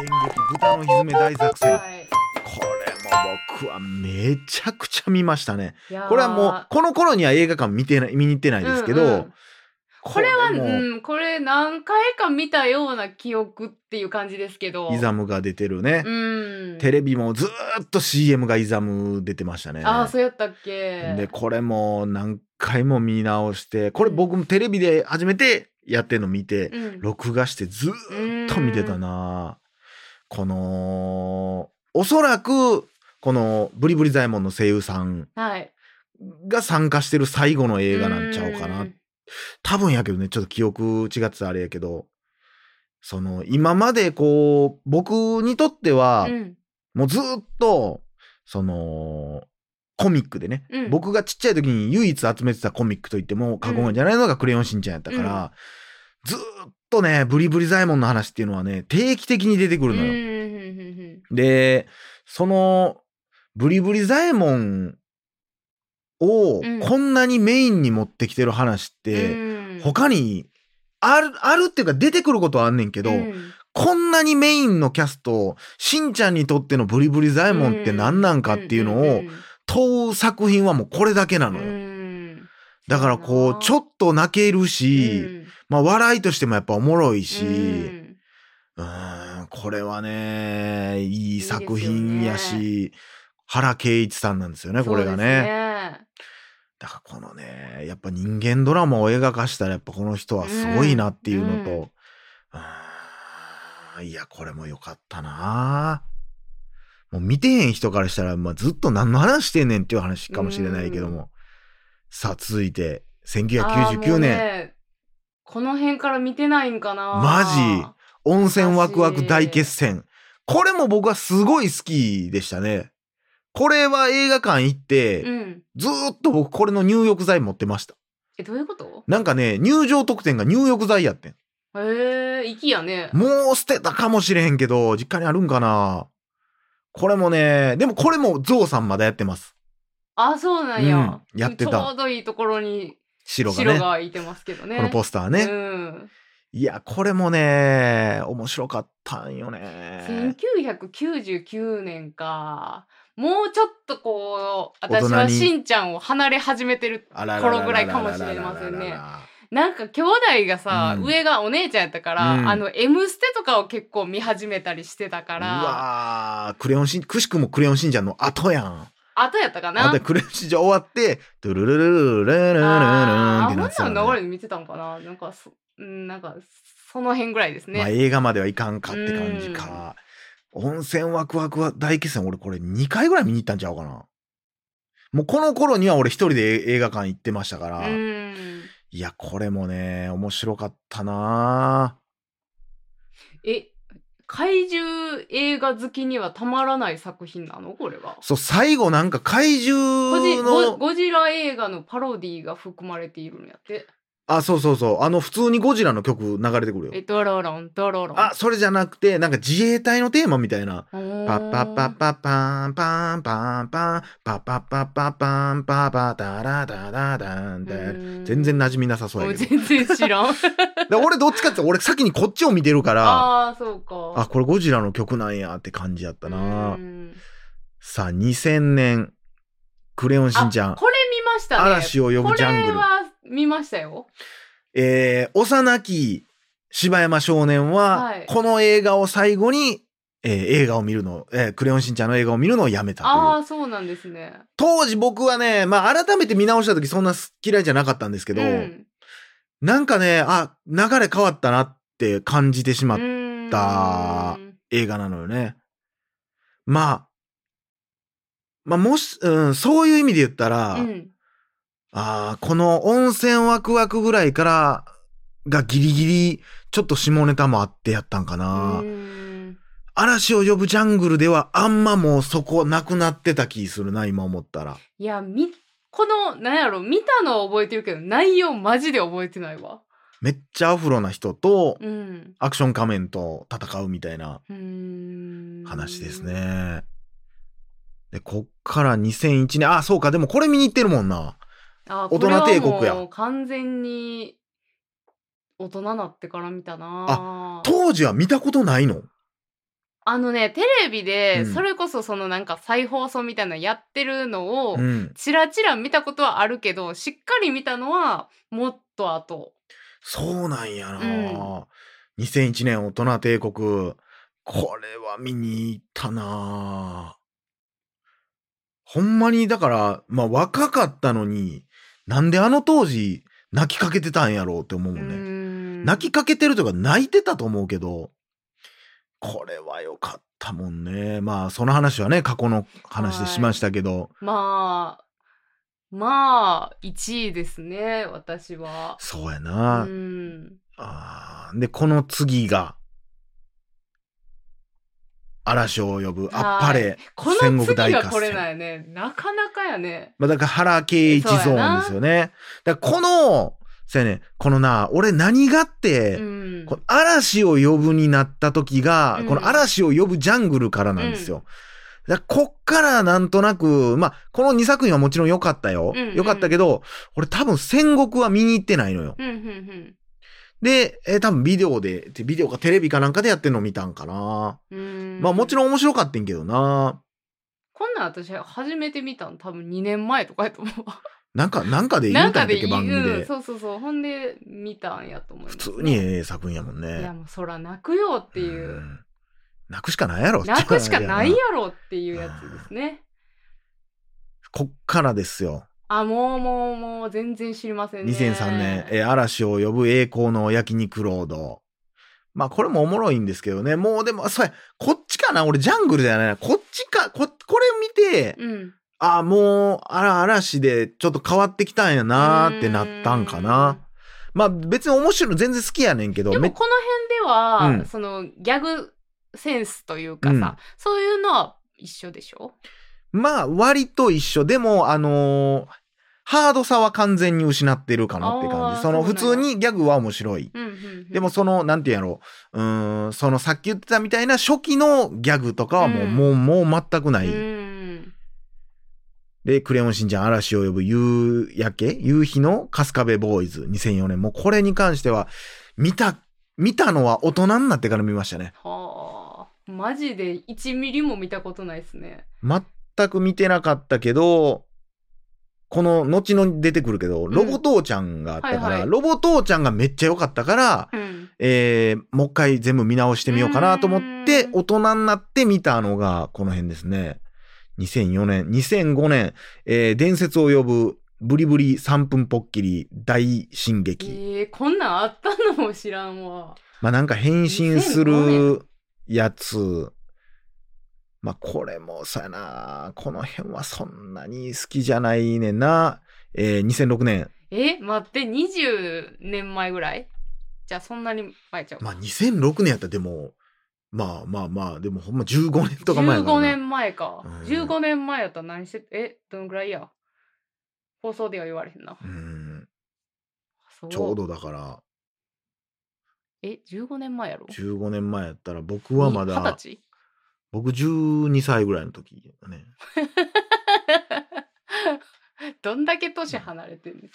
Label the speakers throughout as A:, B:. A: 演劇豚のひずめ大作戦
B: はい
A: これも僕はめちゃくちゃ見ましたね
B: いやー
A: これはもうこの頃には映画館見てない見に行ってないですけど、
B: うんうんこれは
A: こも
B: うんこれ何回か見たような記憶っていう感じですけど
A: イザムが出てるね、
B: うん
A: テレビもずーっと CM がイザム出てましたね
B: ああそうやったっけ
A: でこれも何回も見直してこれ僕もテレビで初めてやってんの見て、
B: うん
A: 録画してずーっと見てたなこのおそらくこのブリブリ左衛門の声優さん
B: はい
A: が参加してる最後の映画なんちゃうかな
B: うん
A: 多分やけどねちょっと記憶違ってたらあれやけどその今までこう僕にとっては、
B: うん
A: もうずーっと、その、コミックでね、
B: うん
A: 僕がちっちゃい時に唯一集めてたコミックといっても過言じゃないのがクレヨンしんちゃんやったから、ずーっとね、ブリブリザイモンの話っていうのはね、定期的に出てく
B: う
A: る
B: んう
A: の
B: ん
A: よ。
B: うん
A: で、その、ブリブリザイモンを
B: うん
A: こんなにメインに持ってきてる話っ
B: うん
A: て、
B: うん
A: 他にある、あるっていうか出てくることはあんねんけど、
B: うん
A: こんなにメインのキャスト、しんちゃんにとってのブリブリザイモンって何なんかっていうの
B: ん
A: を
B: ん
A: 問う作品はもうこれだけな
B: うん
A: のよ。
B: うん
A: だからこ
B: そう
A: う、
B: やな
A: ちょっと泣ける
B: う
A: し、
B: ん
A: まあ笑いとしてもやっぱおもろいし、
B: う
A: うんーん、これはね、いい作
B: いい
A: 品や
B: ですよ
A: し、原敬一さんなんですよね、これが
B: そうです
A: ね。
B: ね
A: だからこのね、やっぱ人間ドラマを映画化したらやっぱこの人はすごいなっていうのと、
B: うんう
A: うーんいや、これも良かったなもう見てへん人からしたら、まあ、ずっと何の話してんねんっていう話かもしれないけども。さあ、続いて、
B: あーも
A: 1999
B: う
A: 年、
B: ねこの辺から見てないんかな
A: マ温泉ワクワク大決戦。これも僕はすごい好きでしたね。これは映画館行って、
B: うん
A: ずーっと僕これの入浴剤持ってました。
B: えどういうこと
A: なんかね、入場特典が入浴剤やってん。
B: へえきやね
A: もう捨てたかもしれへんけど、実家にあるんかなこれもね、でもこれもゾウさんまだやってます。
B: あそうなんや、
A: うんやってた
B: ちょうどいいところに
A: 白がね。
B: 白がいてますけどね
A: このポスターね。
B: うん、
A: いや、これもね、面白かったんよね。
B: 1999年かもうちょっとこう
A: 大人
B: 私
A: に
B: はしんちゃんを離れ始めてる
A: あら
B: 頃ぐらいかもしれませ
A: ららら
B: んね
A: らら
B: なんか兄弟がさ、
A: うん
B: 上がお姉ちゃんやったから、
A: うん
B: あの「M ステ」とかを結構見始めたりしてたか
A: う
B: ら
A: わークレヨンしん、くしくもクレヨンしんちゃんの後やん。
B: 後やったかな
A: あとクレヨンしんちゃん終わって、ドゥルルルルルルルルルンっ
B: あ
A: て
B: ー
A: な
B: あ
A: ってたの
B: ほ
A: ね
B: んなの流れで見てたんかななんかそうんなんかその辺ぐらいですね、
A: まあ映画まではいかんかって感じか。温泉ワクワクは大決戦、俺これ2回ぐらい見に行ったんちゃうかな。もうこの頃には俺一人で映画館行ってましたから、
B: うん
A: いや、これもね、面白かったな
B: え怪獣映画好きにはたまらない作品なのこれは
A: そう、最後なんか怪
B: ゴジ
A: 獣
B: ゴ
A: の、
B: ゴジラ映画のパロディーが含まれているんやって。
A: あ、そうそうそう、あの普通にゴジラの曲流れてくる
B: え、
A: よ。
B: ドロロン、ドロロン。
A: あ、それじゃなくて、なんか自衛隊のテーマみたいな。
B: おー、
A: パッパッパッパッパンパンパンパンパッパッパッパッパンパパダラダダダン
B: う
A: ダ
B: ーん
A: 全然馴染みなさそう
B: も
A: や
B: う
A: け
B: 全然知ら
A: ど。
B: ん。
A: で俺どっちかって俺先にこっちを見てるから、
B: ああ、そうか。
A: あ、これゴジラの曲なんやって感じやったな
B: う。ん
A: さあ、2000年、クレヨンしんちゃ
B: あ
A: ん、
B: これ見ましたね。
A: 嵐を呼ぶジャング
B: こ
A: ル
B: れ。は見ましたよ。
A: えー、幼き柴山少年は
B: はい、
A: この映画を最後に、えー映画を見るの、えークレヨンしんちゃんの映画を見るのをやめたという。
B: ああ、そうなんですね。
A: 当時僕はね、まあ改めて見直した時そんな嫌いじゃなかったんですけ
B: け
A: ど、なんかね、あ、流れ変わったなって感じてしまった
B: た
A: 映画なのよね。まあ、まあもし、うん、そういう意味で言ったら、
B: うん。
A: あーこの温泉ワクワクぐらいからがギリギリちょっと下ネタもあってやったんかな。
B: うん
A: 嵐を呼ぶジャングルではあんまもうそこなくなってた気するな、今思ったら。
B: いや、み、この、なんやろ、見たのは覚えてるけど、内容マジで覚えてないわ。
A: めっちゃアフロな人と、
B: うん。
A: アクション仮面と戦うみたいな
B: うーん
A: 話です。ね。で、こっから2001年、あ、そうか、でもこれ見に行ってるもんな。
B: あ
A: 大人帝国や
B: これはもう完全に大人なってから見たな
A: 当時は見たことないの
B: あのね、テレビで、
A: うん
B: それこそそのなんか再放送みたいなのやってるのを、
A: うん。
B: チラチラ見たことはあるけど、しっかり見たのは、もっと後。
A: そうなんやな、
B: う
A: 2001年大人帝国。これは見に行ったなほんまに、だから、まあ若かったのに、なんであの当時泣きかけてたんやろうって思うもんね。泣
B: 泣
A: きかけてるとか泣いてたと思うけど、これは良かったもんね。まあ、その話はね、過去の話でしましたけど、
B: まあ、まあ、1位ですね、私は。
A: そうやな、
B: うん。
A: あーで、この次が、嵐を呼ぶ、あっぱれ、
B: こ
A: 戦
B: の
A: 国大
B: 次
A: 合
B: が
A: 戦。
B: これなんやね。なかなかやね。
A: まあ、だから原敬一ゾーンですよね。だからこの、そうやね、このな、俺何がって、
B: うん。
A: この嵐を呼ぶになった時が、
B: うん
A: この嵐を呼ぶジャングルからなんですよ。だからこっからなんとなく、まあ、この2作品はもちろん良かったよ。
B: う
A: 良、
B: んうん
A: かったけど、俺多分戦国は見に行ってないのよ。
B: うん、うん、
A: で、えー多分ビデオで、てビデオかテレビかなんかでやってんの見たんかな。
B: うん。
A: まあもち
B: ん。
A: ろん面白かったんけどな。
B: こんなん私、初めて見たの多分2年前とかやと思うわ。
A: なんか、なんかで言
B: な
A: うんた
B: か
A: んや
B: で
A: ったっけ
B: 言
A: 番組
B: う。うん
A: で。
B: そうそうそう。ほんで、見たんやと思いま
A: 普
B: す、
A: 通にええ作品やもんね。
B: いや、もう、そら泣くよっていうう。
A: ん泣くしかないやろっていう
B: 泣くしかないや
A: 話
B: ろっていうやつですね。
A: こっからですよ。
B: あ、もうもうもう全然知りませんね。
A: 2003年、えー嵐を呼ぶ栄光の焼肉ロード。まあこれもおもろいんですけどね。もうでも、そうや、こっちかな俺ジャングルじゃないな。こっちか、こ、これ見て、
B: うん。
A: ああ、もう、あら、嵐でちょっと変わってきたんやなーってなったんかな。まあ別に面白い、全然好きやねんけど、
B: で
A: め
B: も
A: っ
B: この辺では、
A: うん
B: そのギャグセンスというかさ、
A: うん
B: そういうのは一緒でしょ
A: まあ割と一緒。でも、あのーハードさは完全に失ってるかなって感
B: あー
A: じ。その
B: そう
A: 普
B: なんや
A: 通にギャグは面白い。
B: うんうんうん
A: でもその、なんて言うんやろう。うーん、そのさっき言ってたみたいな初期のギャグとかはもう、
B: うん
A: もう、もう全くない。
B: うん
A: で、クレヨンしんちゃん嵐を呼ぶ夕焼け夕日の春日部ボーイズ2004年。もうこれに関しては、見た、見たのは大人になってから見ましたね。
B: はあマジで1ミリも見たことないですね
A: 全く見てなかったけど、この後々出てくるけど、
B: ん
A: ロボ父ちゃんがあったから、
B: はいはい
A: ロボ父ちゃんがめっちゃ良かったから、
B: うん
A: えー、もう一回全部見直してみようかなと思って
B: う、ん
A: 大人になって見たのがこの辺ですね。2004年、2005年、えー伝説を呼ぶブリブリ3分ポッキリ大進
B: え
A: 撃。
B: ー、こんなんあったのも知らんわ
A: まあなんか変身す
B: 2005
A: るやつ。まあこれもさやな、この辺はそんなに好きじゃないねんな。えー、2006年。
B: え待って20年前ぐらいじゃあそんなに前ちゃうか、
A: まあ2006年やったらでも、まあまあまあ、でもほんま15年とか前やからな。
B: 15年前か、
A: うん
B: 15年前やったら何してえどのぐらいや放送では言われへんな
A: うん、
B: そ
A: ちょうどだから、
B: え15年前やろ
A: 15年前やったら僕はま
B: 二
A: だ、
B: 十歳
A: 僕12歳ぐらいの時やね。
B: どんだけ年離れてる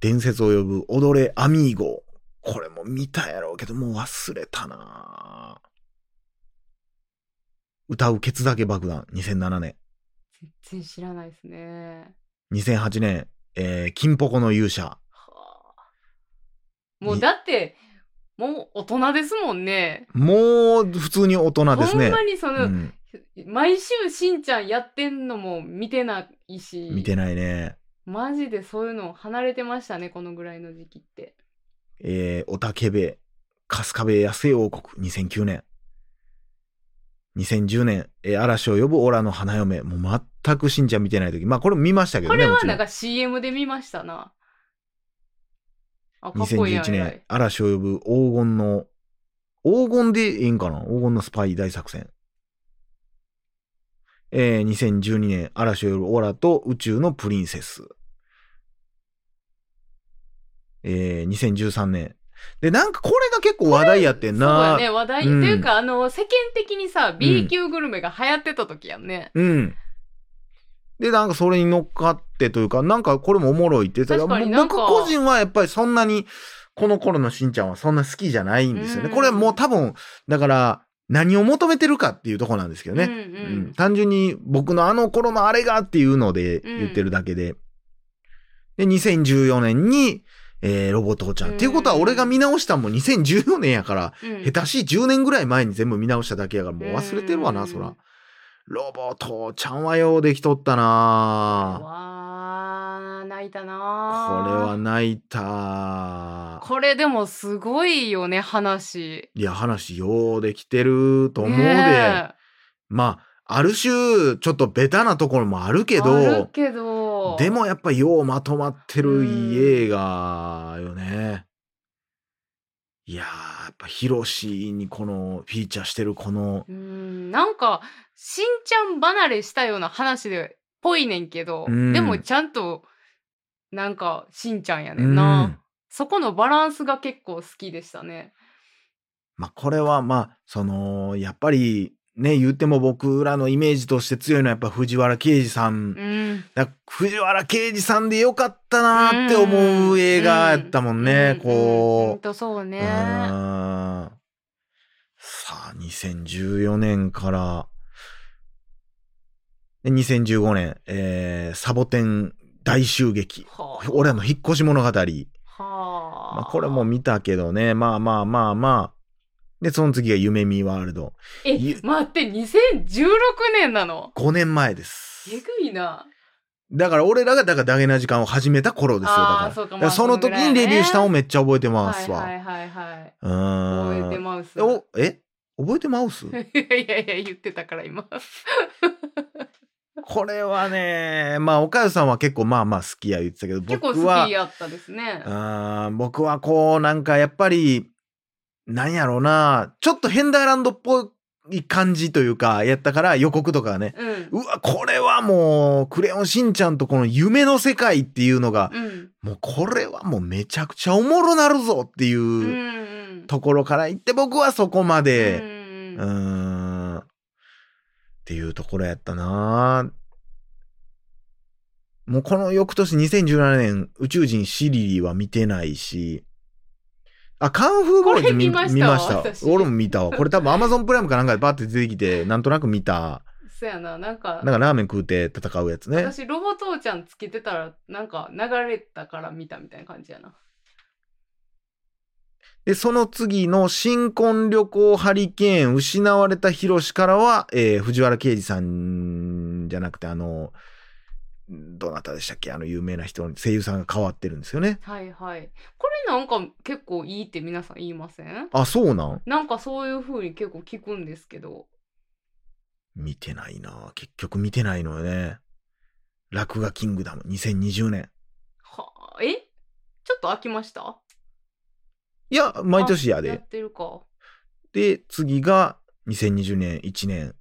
A: 伝説を呼ぶ踊れアミーゴ。これも見たやろうけど、もう忘れたなぁ歌うケツだけ爆弾、2007年。
B: 全然知らないですね。
A: 2008年、えー、金ポコの勇者。
B: はあ、もうだってもう大人ですもんね。
A: もう、普通に大人です
B: ほん
A: ね。
B: まにその、
A: うん、
B: 毎週しんちゃんやってんのも見てないし
A: 見てないね。
B: マジでそういうの離れてましたねこのぐらいの時期って。
A: えー、おたけべ、春日部野生王国、2009年。2010年、えー、嵐を呼ぶオラの花嫁。もう全くしんちゃん見てない時。まあ、これも見ましたけど
B: こ
A: ね。
B: れ
A: も
B: は
A: ちろ
B: なんんか CM で見ましたな。あかっこいいやん
A: 2011
B: 偉
A: 年
B: い、
A: 嵐を呼ぶ黄金の、黄金でいいんかな黄金のスパイ大作戦。えー、2012年、嵐を呼ぶオラと宇宙のプリンセス。えー、2013年。で、なんかこれが結構話題やってん
B: そうや
A: な。
B: ね話題、
A: うん
B: というかあの世間的にさ B 級グルメが流行ってた時やんね。
A: うん。で、なんかそれに乗っかってというか、なんかこれもおもろいって言ってた
B: 確かに
A: もう
B: なんか
A: 僕個人はやっぱりそんなに、この頃のしんちゃんはそんな好きじゃないんですよね。
B: うん
A: これもう多分、だから、何を求めてるかっていうとこなんですけどね。
B: うんうん
A: うん単純に僕のあの頃のあれがっていうので
B: うん
A: 言ってるだけで。で、2014年に、えーロボ父ちゃん。
B: うん
A: っていうことは俺が見直したのも2014年やから、
B: うん
A: 下手しい10年ぐらい前に全部見直しただけやから、もう忘れてるわ
B: う
A: な、
B: ん
A: そら。ロボ父ちゃんはようできとった
B: う
A: な
B: わー泣いた
A: これ
B: な
A: は泣いた
B: これでもすごいよね話
A: いや、話ようできてると思うで。
B: ねえ
A: まあ、ある種、ちょっとベタなところもあるけ
B: ある
A: ど、
B: けど
A: でもやっぱようまとまってるいい
B: うん
A: 映画よね。いやー、やっぱヒロシにこのフィーチャーしてるこの、
B: うんなんかしんちゃん離れしたような話でぽいねんけど、
A: うん
B: でもちゃんとなんかしんちゃんやね
A: うんん
B: な、
A: ま
B: そこのバランスが結構好きでしたね。
A: あこれはまあ、その、やっぱりね、言っても僕らのイメージとして強いのはやっぱ藤原啓治さん。
B: うん、
A: だから藤原啓治さんでよかったなーって思う映画やったもんね、
B: うんうんほ
A: こ
B: んとそう
A: う。
B: ね
A: う。ーんさあ、2014年から、で2015年、えーサボテン大襲撃。
B: はあ
A: 俺らの引っ越し物語。
B: はあ
A: まあ、これも見たけどね、まあまあまあまあ。で、その次が夢見ワールド。
B: え
A: ゆ
B: 待って2016年なの
A: 5年前です。
B: えぐいな。
A: だから俺らがだからダゲな時間を始めた頃ですよ。だか
B: あ
A: ら
B: ーそうか
A: だからその時にレビューしたのをめっちゃ覚えてますわ。
B: はいはいはいはい。
A: うーん。
B: 覚えてマウス。
A: おえ覚えてマウ ス
B: いやいやいや言ってたから今。
A: これはね、まあ、岡かさんは結構まあまあ好きや言ってたけど、
B: 結構
A: 僕
B: 好
A: は
B: き、やったですね。
A: あー僕はこう、なんかやっぱり、なんやろうな、ちょっとヘンダーランドっぽい感じというか、やったから予告とかね、
B: うん。
A: うわ、これはもう、クレヨンしんちゃんとこの夢の世界っていうのが、
B: うん。
A: もうこれはもうめちゃくちゃおもろなるぞってい
B: うんう。
A: ううんところから言って僕はそこま
B: う
A: で、うんーん、っていうところやったなもうこの翌年2017年宇宙人シリリは見てないし、あ、カンフーゴルジュ見
B: これ見ました
A: 見ました
B: 私
A: 俺も見たわ。これ多分 Amazon プライムかなんかでバーって出てきて、なんとなく見た。
B: そやな、なんか、
A: なんかラーメン食うて戦うやつね。
B: 私、ロボ父ちゃんつけてたら、なんか流れたから見たみたいな感じやな。
A: で、その次の新婚旅行ハリケーン失われたヒロシからは、えー藤原啓治さんじゃなくて、あの、どなたでしたっけあの有名な人の声優さんが変わってるんですよね。
B: はいはい。これなんか結構いいって皆さん言いません
A: あ、そうなん
B: なんかそういう風に結構聞くんですけど。
A: 見てないな結局見てないのよね。落書キングダム2020年。
B: はあ、えちょっと飽きました
A: いや、毎年や
B: や
A: で
B: っ。てるか。
A: で、次が2020年1年、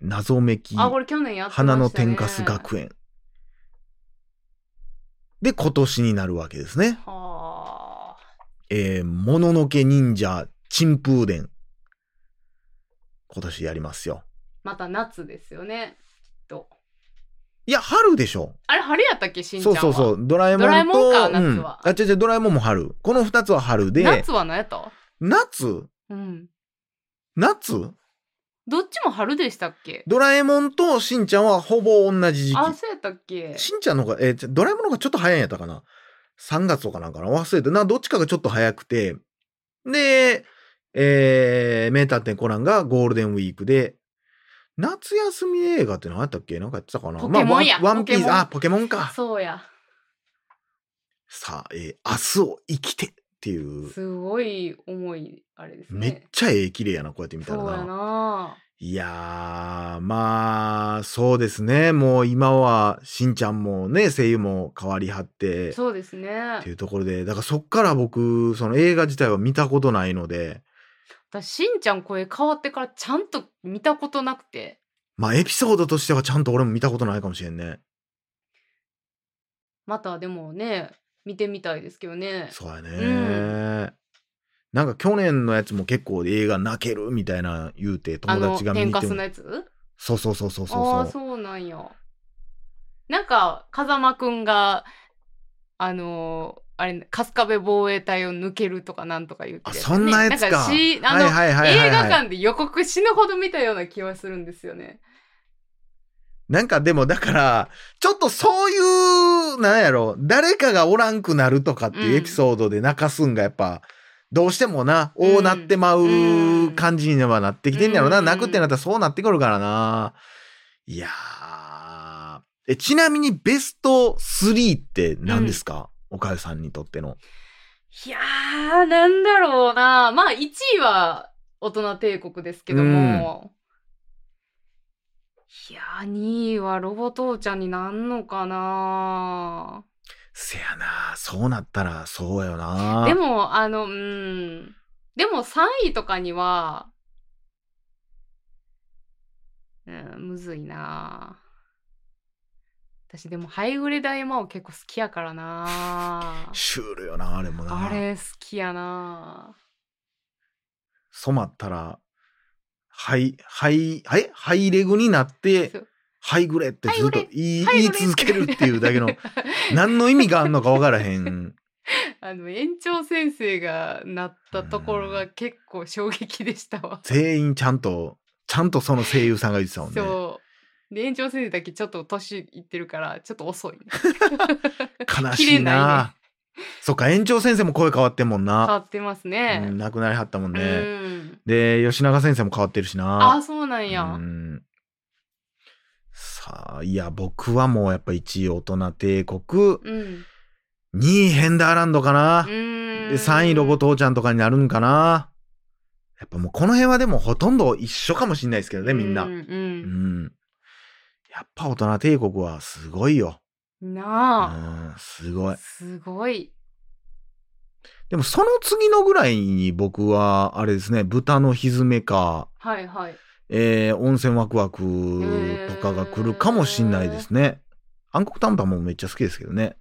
A: 謎めき。
B: あ、これ去年やってました、ね。
A: 花の天かす学園。で、今年になるわけですね。
B: はあ。
A: えー、もののけ忍者、陳風伝。今年やりますよ。
B: また夏ですよね。きっと。
A: いや、春でしょ。
B: あれ、春やったっけしんち
A: そ
B: ゃん
A: う
B: は。。
A: そうそうう。ドラえもんと。
B: ドラえもんか
A: うん
B: 夏は
A: あ、違う違う、ドラえもんも春。この二つは春で。
B: 夏は何やった
A: 夏
B: うん。
A: 夏
B: どっちも春でしたっけ
A: ドラえもんとしんちゃんはほぼ同じ時期
B: あ、。そうやったっけ
A: しんちゃんの方が、えーちょドラえもんの方がちょっと早いんやったかな。3月とかなんかな忘れて、な、どっちかがちょっと早くて。で、えー、名探偵コナンがゴールデンウィークで、夏休み映画って何やったっけなんかやってたかな
B: ポケモンや
A: まあワンワンピー
B: ポケ
A: ス、
B: モン
A: あ、ポケモンか。
B: そうや。
A: さあ、えー明日を生きてっていう、
B: すごい重い、あれですね。
A: めっちゃええ綺麗やな、こうやって見たら
B: そう
A: な。
B: やない
A: やー、まあ、そうですね。もう今は、しんちゃんもね、声優も変わりはって。
B: そうですね
A: って。いうところで、だからそっから僕、その映画自体は見たことないので、
B: 私、しんちゃん声変わってからちゃんと見たことなくて。
A: まあエピソードとしてはちゃんと俺も見たことないかもしれんね。
B: またでもね、見てみたいですけどね。
A: そうやね、
B: う
A: なんか去年のやつも結構映画泣けるみたいな言うて
B: あ
A: 友
B: の、
A: 達が見
B: 天
A: に行
B: か
A: って
B: す
A: も
B: のやつ
A: そうそうそうそう
B: あ
A: そう
B: あ
A: そう。
B: そうなんやなんか風間くんがあのあれ春日部防衛隊を抜けるとかなんとか言って、
A: あそんなやつか
B: なんかしあの、
A: はいはいはいはい
B: 映
A: はい
B: 画館で予告死ぬほど見たような気はするんですよね。
A: なんかでもだから、ちょっとそういう、なんやろ、誰かがおらんくなるとかっていうエピソードで泣かすんがやっぱ、どうしてもな、
B: うん
A: おうなってまう感じにはなってきてんやろな、
B: うん
A: 泣くってなったらそうなってくるからな。いやー。え、ちなみにベスト3って何ですか、おかゆさんにとっての。
B: いやー、なんだろうな。まあ、1位は大人帝国ですけども。いやー、2位はロボ父ちゃんになんのかな。
A: せやな、そうなったらそうよな。。
B: でも、あの、うん。でも3位とかには、うん、むずいな。私、でも、ハイグレダイマオ結構好きやからな
A: シュールよな、あれもな。
B: あれ、好きやな。
A: 染まったら、はい、はい、はい、ハイレグになって
B: そう、
A: ハイグレってずっ
B: ハイ
A: と
B: グ
A: 言い
B: ハ
A: 言
B: イ
A: い
B: グレ
A: 続けるっていうだけの、何の意味があんのかわからへん。
B: あの園長先生がなったところが結構衝撃でしたわ。
A: 全員ちゃんと、ちゃんとその声優さんが言ってたもんね。
B: そう。で園長先生だけちょっと年いってるからちょっと遅いね、
A: 悲しい
B: 切れない
A: な。そっか、園長先生も声変わってんもん
B: 変わ
A: な。
B: ってます
A: う
B: ね
A: ん。亡くなりはったもん
B: う
A: ね。
B: ん。
A: で、吉永先生も変わってるし
B: あ
A: な。
B: そうなん
A: う
B: や。
A: んさあ、いや、僕はもうやっぱ1位大人帝国、
B: うん。
A: 2位ヘンダーランドかな。
B: うん。
A: で、3位ロボ父ちゃんとかになるんかな。やっぱもうこの辺はでもほとんど一緒かもしんないですけどね、みんな。
B: う
A: うん。
B: ん
A: やっぱ大人帝国はすごいよ。
B: うん。
A: う
B: な
A: ん、
B: あ。
A: すごい。
B: すごい。
A: でもその次のぐらいに僕は、あれですね、豚のひずめか、
B: はいはい。
A: えー、温泉ワクワクとかが来るかもしんないですね。暗黒短パンもめっちゃ好きですけどね。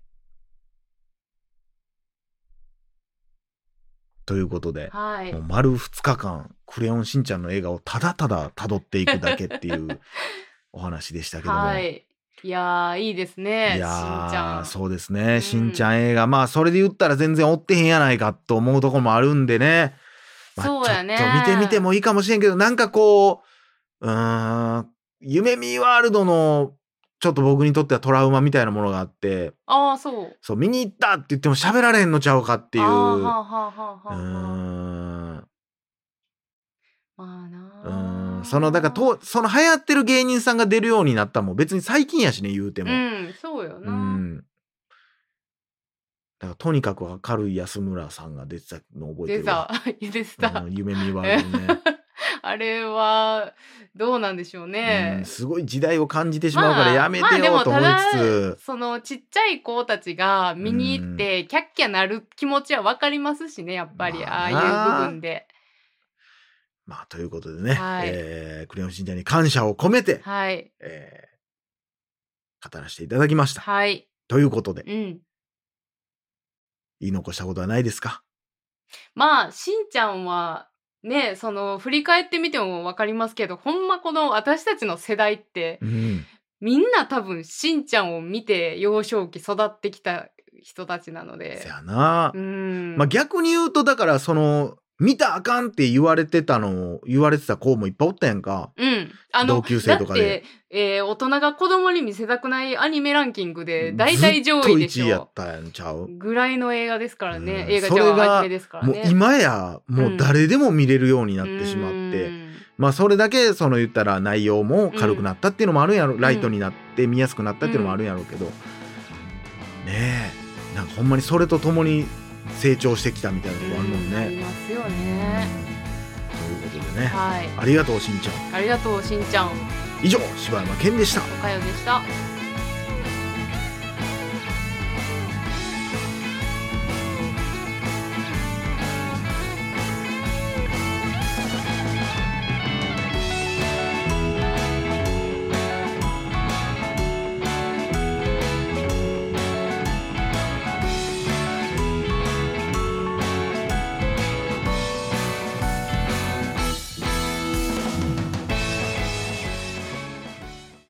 A: ということで。
B: はい
A: もう。丸2日間、クレヨンしんちゃんの映画をただただ辿っていくだけっていう お話でしたけども。
B: はい。いやーいいですね。
A: いや
B: しんちゃ
A: ー
B: ん。
A: そうです
B: う
A: ね。
B: ん
A: しんちゃん映画。まあ、それで言ったら全然追ってへんやないかと思うとこもあるんでね。まあ、
B: そうやね
A: ちょっと見てみてもいいかもしれんけど、なんかこう、うーん、夢見ワールドの、ちょっと僕にとってはトラウマみたいなものがあって、
B: ああそう。っ
A: そう、見に行ったって言っても喋られへんのちゃうかっていう。
B: あーは
A: う
B: あはあはあはあ
A: ーん。
B: まあな
A: う
B: あ
A: ーんそのだからとその流行ってる芸人さんが出るようになったのも別に最近やしね言うても、
B: うん、そうよ
A: う
B: な。
A: んだからとにかく明るい安村さんが出てたの覚えて
B: 出
A: るわ
B: た、 出てた
A: う。ん夢見ワールド ね、
B: あれはどうなんでしょうね。
A: うんすごい時代を感じてしまうからやめて
B: まあ
A: よ
B: まあ
A: と思いつ
B: でもただ
A: つ、
B: そのちっちゃい子たちが見に行ってキャッキャなる気持ちはわかりますしねやっぱり、
A: まあ
B: あ、
A: な
B: あいう部分で
A: まあということでね、
B: はい
A: えークレヨンしんちゃんに感謝を込めて、
B: はい
A: えー語らせていただきました
B: はい
A: ということで
B: うん
A: 言い残したことはないですか
B: まあしんちゃんはねその振り返ってみてもわかりますけどほんまこの私たちの世代って
A: うん
B: みんな多分しんちゃんを見て幼少期育ってきた人たちなの
A: せ
B: で
A: やな、
B: うん
A: まあ、逆に言うとだからその見たらあかんって言われてたのを言われてた子もいっぱいおったやんか。
B: うん。あの、
A: 同級生とかで
B: だって、えー大人が子供に見せたくないアニメランキングで、大体上位でし
A: ずっと1位やっ
B: ょ。
A: たやんちゃう。
B: ぐらいの映画ですからね。
A: うん
B: 映画
A: そ
B: じ
A: れ
B: ゃ
A: が
B: あアニメですから
A: もう
B: ね。
A: 今やもう誰でも見れるようになってしまって、
B: うん
A: まあそれだけその言ったら内容も軽くなったっていうのもあるんやろ、ライトになって見やすくなったっていうのもあるんやろうけど、ねえなんかほんまにそれとともに成長してきたみたいなとこあるもん
B: あ
A: ね。
B: りますよね。
A: ということでね、
B: はい。
A: ありがとうしんちゃん
B: ありがとう、しんちゃん。
A: 以上柴山健でした。
B: おかよでした。
A: 「